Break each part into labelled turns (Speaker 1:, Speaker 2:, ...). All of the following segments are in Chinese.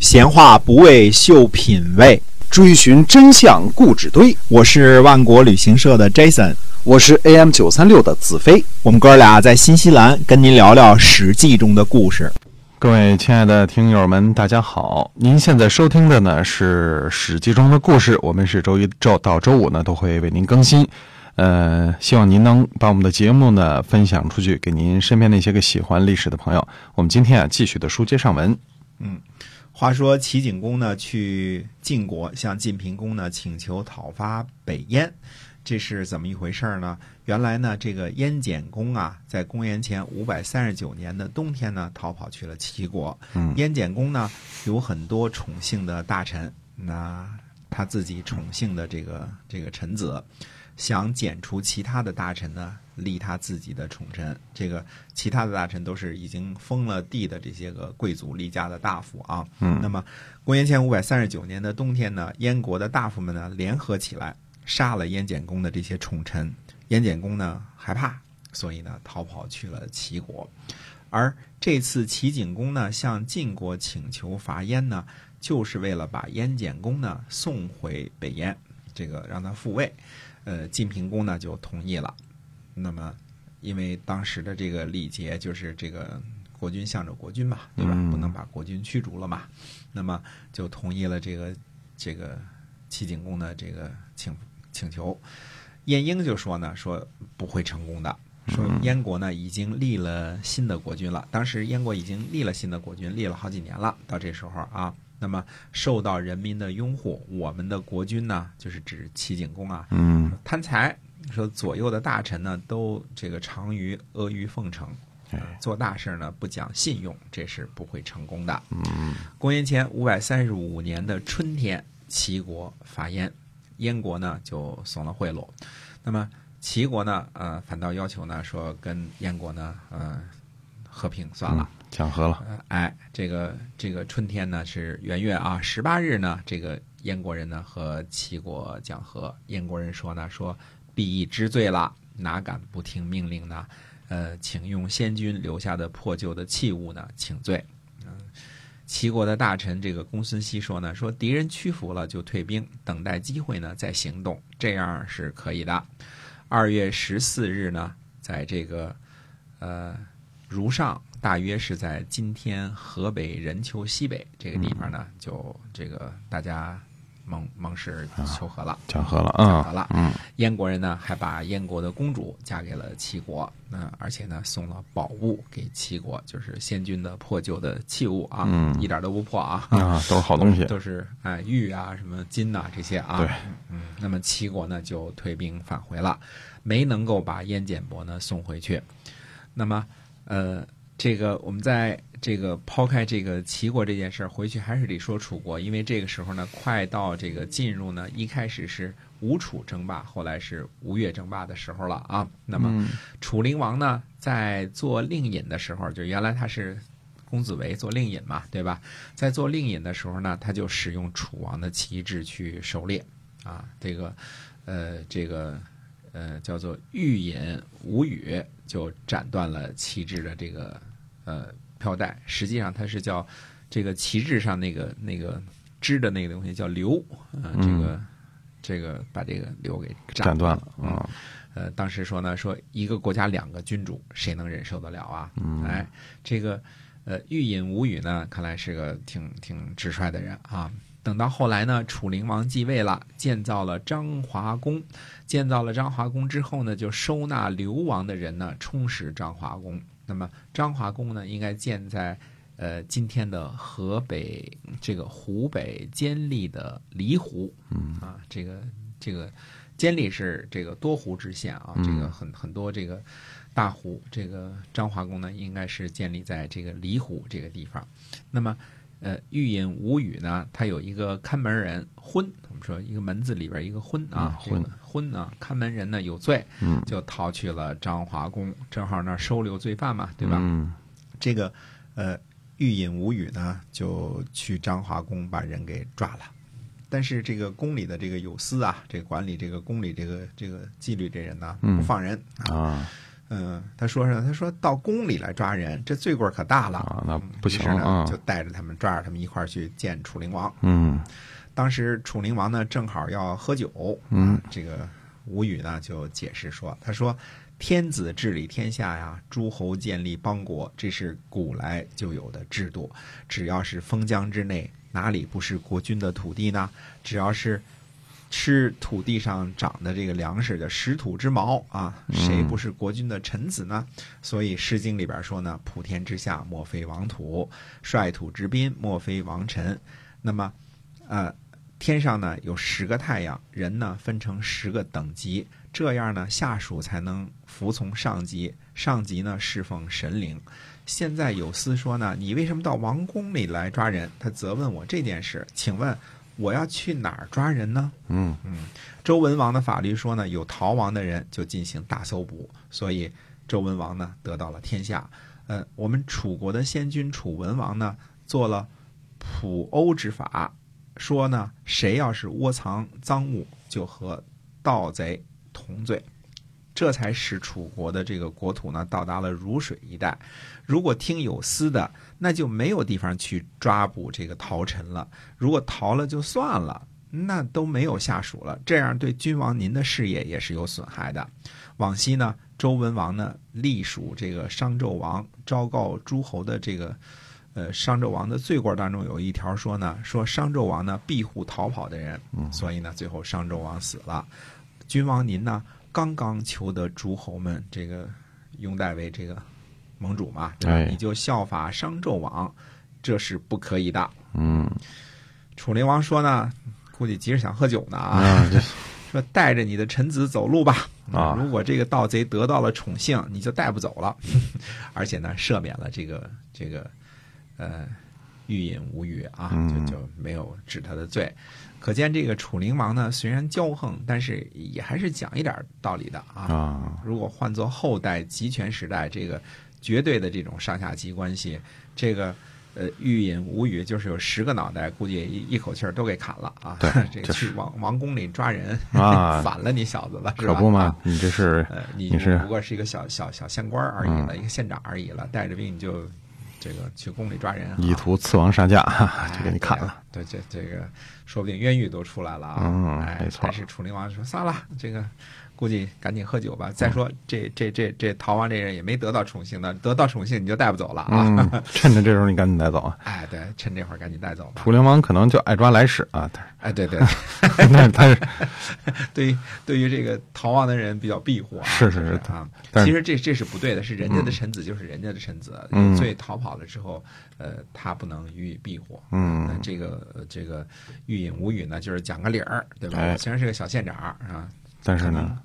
Speaker 1: 闲话不为秀品味，
Speaker 2: 追寻真相故纸堆。
Speaker 1: 我是万国旅行社的 Jason，
Speaker 2: 我是 AM 九三六的子飞。
Speaker 1: 我们哥俩在新西兰跟您聊聊《史记》中的故事。
Speaker 3: 各位亲爱的听友们，大家好！您现在收听的呢是《史记》中的故事，我们是周一周到周五呢都会为您更新。呃，希望您能把我们的节目呢分享出去，给您身边那些个喜欢历史的朋友。我们今天啊继续的书接上文，
Speaker 1: 话说齐景公呢去晋国向晋平公呢请求讨伐北燕，这是怎么一回事儿呢？原来呢这个燕简公啊，在公元前五百三十九年的冬天呢逃跑去了齐国。
Speaker 3: 嗯
Speaker 1: 燕简公呢有很多宠幸的大臣，那他自己宠幸的这个这个臣子，想剪除其他的大臣呢，立他自己的宠臣。这个其他的大臣都是已经封了地的这些个贵族立家的大夫啊。
Speaker 3: 嗯
Speaker 1: 那么公元前五百三十九年的冬天呢，燕国的大夫们呢联合起来杀了燕简公的这些宠臣。燕简公呢害怕，所以呢逃跑去了齐国。而这次齐景公呢向晋国请求伐燕呢，就是为了把燕简公呢送回北燕，这个让他复位。呃，晋平公呢就同意了。那么，因为当时的这个礼节就是这个国君向着国君嘛，对吧？
Speaker 3: 嗯
Speaker 1: 不能把国君驱逐了嘛。那么就同意了这个这个齐景公的这个请请求。晏婴就说呢，说不会成功的。说燕国呢已经立了新的国君了，当时燕国已经立了新的国君，立了好几年了。到这时候啊，那么受到人民的拥护，我们的国君呢，就是指齐景公啊，
Speaker 3: 嗯，
Speaker 1: 贪财，说左右的大臣呢都这个长于阿谀奉承，呃
Speaker 3: 哎
Speaker 1: 做大事呢不讲信用，这是不会成功的。公元前五百三十五年的春天，齐国伐燕，燕国呢就送了贿赂，那么齐国呢，呃，反倒要求呢说跟燕国呢，呃，和平算了。
Speaker 3: 讲和了，
Speaker 1: 呃哎，这个这个春天呢是元月啊，十八日呢，这个燕国人呢和齐国讲和，燕国人说呢说必已知罪了，哪敢不听命令呢？呃，请用先君留下的破旧的器物呢请罪。嗯齐国的大臣这个公孙熙说呢，说敌人屈服了就退兵，等待机会呢再行动，这样是可以的。二月十四日呢，在这个呃如上，大约是在今天河北任丘西北这个地方呢，就这个大家盟盟誓求和了。
Speaker 3: 讲和了
Speaker 1: 好
Speaker 3: 啊，
Speaker 1: 了，
Speaker 3: 嗯，
Speaker 1: 燕国人呢还把燕国的公主嫁给了齐国，那、而且呢送了宝物给齐国，就是先君的破旧的器物啊，
Speaker 3: 嗯
Speaker 1: 一点都不破啊，
Speaker 3: 啊，都是好东西，
Speaker 1: 都是哎玉啊、什么金呐、这些啊。
Speaker 3: 对，
Speaker 1: 嗯，那么齐国呢就退兵返回了，没能够把燕简伯呢送回去。那么，呃，这个我们在这个抛开这个齐国这件事儿，回去还是得说楚国，因为这个时候呢，快到这个进入呢，一开始是吴楚争霸，后来是吴越争霸的时候了啊。那么，
Speaker 3: 嗯
Speaker 1: 楚灵王呢，在做令尹的时候，就原来他是公子围做令尹嘛，对吧？在做令尹的时候呢，他就使用楚王的旗帜去狩猎，啊，这个，呃，这个，呃，叫做欲引无语，就斩断了旗帜的这个呃飘带。实际上，它是叫这个旗帜上那个那个织的那个东西叫流，啊、这个、这个把这个流给
Speaker 3: 斩断了
Speaker 1: 嗯
Speaker 3: 啊，
Speaker 1: 呃，当时说呢，说一个国家两个君主，谁能忍受得了啊？哎，这个呃，欲饮无语呢，看来是个挺挺直率的人啊。等到后来呢，楚灵王继位了，建造了章华宫。建造了章华宫之后呢，就收纳流亡的人呢，充实章华宫。那么章华宫呢，应该建在呃今天的河北这个湖北监利的黎湖。嗯啊，这个这个监利是这个多湖之县啊，这个很很多这个大湖。这个章华宫呢，应该是建立在这个黎湖这个地方。那么呃，玉隐无语呢，它有一个看门人昏，我们说一个门字里边一个昏
Speaker 3: 嗯
Speaker 1: 啊，
Speaker 3: 昏
Speaker 1: 这个昏啊，看门人呢有罪，
Speaker 3: 嗯
Speaker 1: 就逃去了张华宫，正好那儿收留罪犯嘛，对吧？
Speaker 3: 嗯，
Speaker 1: 这个呃，玉隐无语呢，就去张华宫把人给抓了。但是这个宫里
Speaker 3: 嗯
Speaker 1: 的这个有司啊，这个管理这个宫里这个这个纪律这人呢，不放人啊，
Speaker 3: 啊，
Speaker 1: 嗯，他说什么？他说到宫里来抓人，这罪过可大了
Speaker 3: 啊那不行
Speaker 1: 于是呢
Speaker 3: 啊，
Speaker 1: 就带着他们，抓着他们一块儿去见楚灵王。
Speaker 3: 嗯
Speaker 1: 当时楚灵王呢，正好要喝酒，
Speaker 3: 嗯
Speaker 1: 啊，这个吴语呢就解释说，他说：“天子治理天下呀，诸侯建立邦国，这是古来就有的制度。只要是封疆之内，哪里不是国君的土地呢？只要是吃土地上长的这个粮食的食土之毛啊，谁不是国君的臣子呢？所以《诗经》里边说呢：‘普天之下，莫非王土；率土之滨，莫非王臣。’那么，呃，天上呢有十个太阳，人呢分成十个等级，这样呢下属才能服从上级，上级呢侍奉神灵。现在有司说呢，你为什么到王宫里来抓人？他责问我这件事，请问我要去哪儿抓人呢？
Speaker 3: 嗯
Speaker 1: 周文王的法律说呢，有逃亡的人就进行大搜捕，所以周文王呢得到了天下。呃，我们楚国的先君楚文王呢做了普欧之法，说呢谁要是窝藏赃物，就和盗贼同罪。这才使楚国的这个国土呢到达了汝水一带。如果听有司的，那就没有地方去抓捕这个逃臣了。如果逃了就算了，那都没有下属了，这样对君王您的事业也是有损害的。往昔呢，周文王呢隶属这个商纣王，昭告诸侯的这个。呃，商纣王的罪过当中有一条说呢，说商纣王呢庇护逃跑的人，所以呢，最后商纣王死了。君王您呢，刚刚求得诸侯们这个拥戴为这个盟主嘛，对吧？
Speaker 3: 哎
Speaker 1: 你就效法商纣王，这是不可以的。
Speaker 3: 嗯
Speaker 1: 楚灵王说呢，估计急着想喝酒呢啊，
Speaker 3: 啊，这
Speaker 1: 说带着你的臣子走路吧。
Speaker 3: 啊
Speaker 1: 如果这个盗贼得到了宠幸，你就带不走了， 而且呢，赦免了这个这个呃欲饮无语啊，
Speaker 3: 嗯
Speaker 1: 就就没有治他的罪。可见这个楚灵王呢，虽然骄横，但是也还是讲一点道理的啊。
Speaker 3: 啊，
Speaker 1: 如果换做后代集权时代，这个绝对的这种上下级关系，这个呃欲饮无语，就是有十个脑袋，估计一一口气儿都给砍了啊！
Speaker 3: 对
Speaker 1: 这
Speaker 3: 就
Speaker 1: 个
Speaker 3: 是
Speaker 1: 去王王宫里抓人
Speaker 3: 啊
Speaker 1: 反了你小子了，是吧？
Speaker 3: 可不嘛
Speaker 1: 啊，
Speaker 3: 你这是
Speaker 1: 呃，你
Speaker 3: 你是嗯
Speaker 1: 不过是一个小小小县官而已了，一个县长而已了，带着兵你就这个去宫里抓人、啊，
Speaker 3: 以图刺王杀驾，哈哈
Speaker 1: 哎
Speaker 3: 就给你砍了。
Speaker 1: 对啊对，这这个说不定冤狱都出来了啊！
Speaker 3: 嗯
Speaker 1: 哎
Speaker 3: 没错
Speaker 1: 但是楚灵王说算了，这个估计赶紧喝酒吧。再说这这这这逃亡这人也没得到宠幸呢，得到宠幸你就带不走了啊！
Speaker 3: 嗯， 趁着这时候你赶紧带走啊！
Speaker 1: 哎，对，趁这会儿赶紧带走吧
Speaker 3: 楚。灵王可能就爱抓来使啊，但
Speaker 1: 哎，对对，
Speaker 3: 是但是但 是
Speaker 1: 对于对于这个逃亡的人比较庇护啊，
Speaker 3: 是是
Speaker 1: 就是啊。
Speaker 3: 但是
Speaker 1: 其实这这是不对的，是人家的臣子就是人家的臣子，
Speaker 3: 嗯
Speaker 1: 有罪逃跑了之后，呃，他不能予以庇护。
Speaker 3: 嗯
Speaker 1: 那这个呃这个欲饮无语呢，就是讲个理儿，对吧？
Speaker 3: 哎
Speaker 1: 我虽然是个小县长啊，
Speaker 3: 但是呢，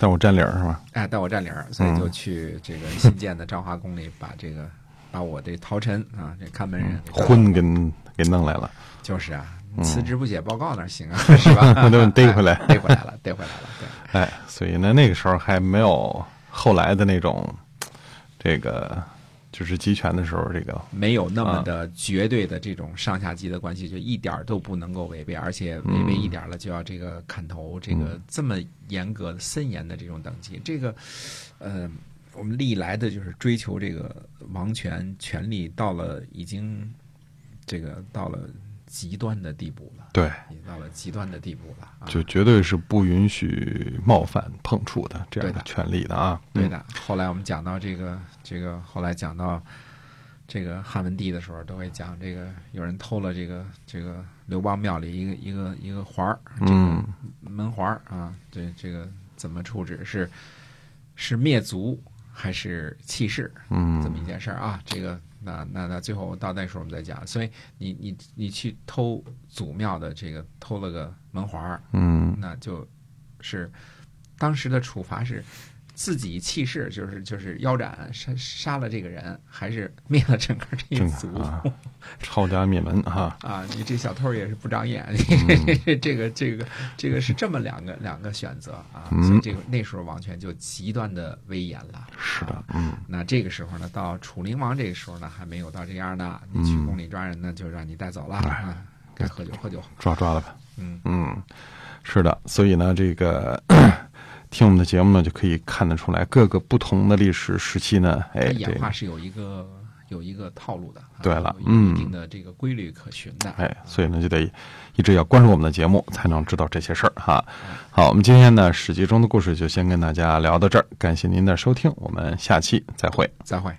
Speaker 3: 但我占理儿是吧？
Speaker 1: 哎，但我占理儿，所
Speaker 3: 嗯
Speaker 1: 以就去这个新建的昭华宫里把这个。把我这陶臣啊，这看门人给干
Speaker 3: 嗯
Speaker 1: 了
Speaker 3: 婚给给弄来了，
Speaker 1: 就是啊，辞职不写报告哪 行啊，是 吧？
Speaker 3: 那都逮回来
Speaker 1: 哎逮回来了，逮回来了。对，
Speaker 3: 哎，所以呢，那个时候还没有后来的那种，这个就是集权的时候，这个
Speaker 1: 没有那么的绝对的这种上下级的关系，就一点儿都不能够违背，而且违背一点儿了就要这个砍头，这个这么严格森严的这种等级，这个，呃，我们历来的就是追求这个王权权力到了已经这个到了极端的地步了，
Speaker 3: 对，
Speaker 1: 已经到了极端的地步了啊。
Speaker 3: 就绝对是不允许冒犯、碰触的这样
Speaker 1: 对
Speaker 3: 的
Speaker 1: 的
Speaker 3: 权利的啊。
Speaker 1: 对的，后来我们讲到这个这个，后来讲到这个汉文帝的时候，都会讲这个有人偷了这个这个刘邦庙里一个一个一个环儿，
Speaker 3: 嗯，
Speaker 1: 门环儿啊，这这个怎么处置？是是灭族还是弃市？
Speaker 3: 嗯
Speaker 1: 这么一件事儿啊，这个那那那最后到那时候我们再讲。所以你你你去偷祖庙的这个偷了个门环儿，
Speaker 3: 嗯
Speaker 1: 那就是当时的处罚是自己弃市，就是就是腰斩杀杀了这个人，还是灭了整个这一
Speaker 3: 正
Speaker 1: 族
Speaker 3: 啊，抄家灭门啊，
Speaker 1: 啊？你这小偷也是不长眼，
Speaker 3: 嗯
Speaker 1: 这个这个这个是这么两个两个选择啊，
Speaker 3: 嗯
Speaker 1: 所以这个那时候王权就极端的威严了。
Speaker 3: 是的
Speaker 1: 啊，
Speaker 3: 嗯，
Speaker 1: 那这个时候呢，到楚灵王这个时候呢，还没有到这样呢。你
Speaker 3: 嗯
Speaker 1: 去宫里抓人呢，就让你带走了
Speaker 3: 哎
Speaker 1: 啊，该喝酒喝酒。
Speaker 3: 抓抓了吧。
Speaker 1: 嗯
Speaker 3: 嗯，是的，所以呢，这个 听我们的节目呢，就可以看得出来各个不同的历史时期呢，哎，
Speaker 1: 它演
Speaker 3: 对，
Speaker 1: 化是有一个有一个套路的，啊
Speaker 3: 对了
Speaker 1: 有一
Speaker 3: 嗯
Speaker 1: 定的这个规律可循的。
Speaker 3: 哎，所以呢，就得一直要关注我们的节目，才能知道这些事儿哈。好，我们今天呢，《史记》中的故事就先跟大家聊到这儿，感谢您的收听，我们下期再会。
Speaker 1: 再会。